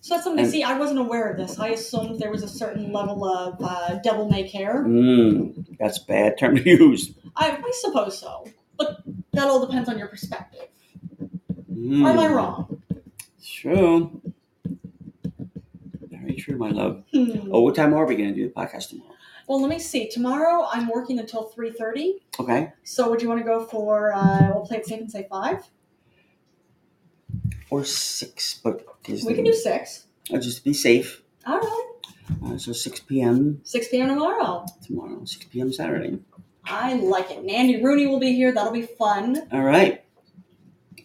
B: So that's something.
C: And-
B: see, I wasn't aware of this. I assumed there was a certain level of uh, devil may care.
C: Mm, that's a bad term to use.
B: I, I suppose so. But that all depends on your perspective. Or am I wrong?
C: Mm. True. Very true, my love.
B: Hmm.
C: Oh, what time are we going to do the podcast tomorrow?
B: Well, let me see. Tomorrow I'm working until three thirty.
C: Okay.
B: So would you want to go for? Uh, we'll play it safe and say five.
C: Or six, but is
B: We can do six.
C: uh, just be safe.
B: All right.
C: Uh, so 6 p.m.
B: Six p.m. tomorrow.
C: tomorrow, 6 p.m. Saturday.
B: I like it. Nandy Rooney will be here. That'll be fun.
C: All right.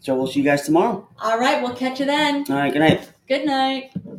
C: So we'll see you guys tomorrow.
B: All right. We'll catch you then.
C: All right. Good night.
B: Good night.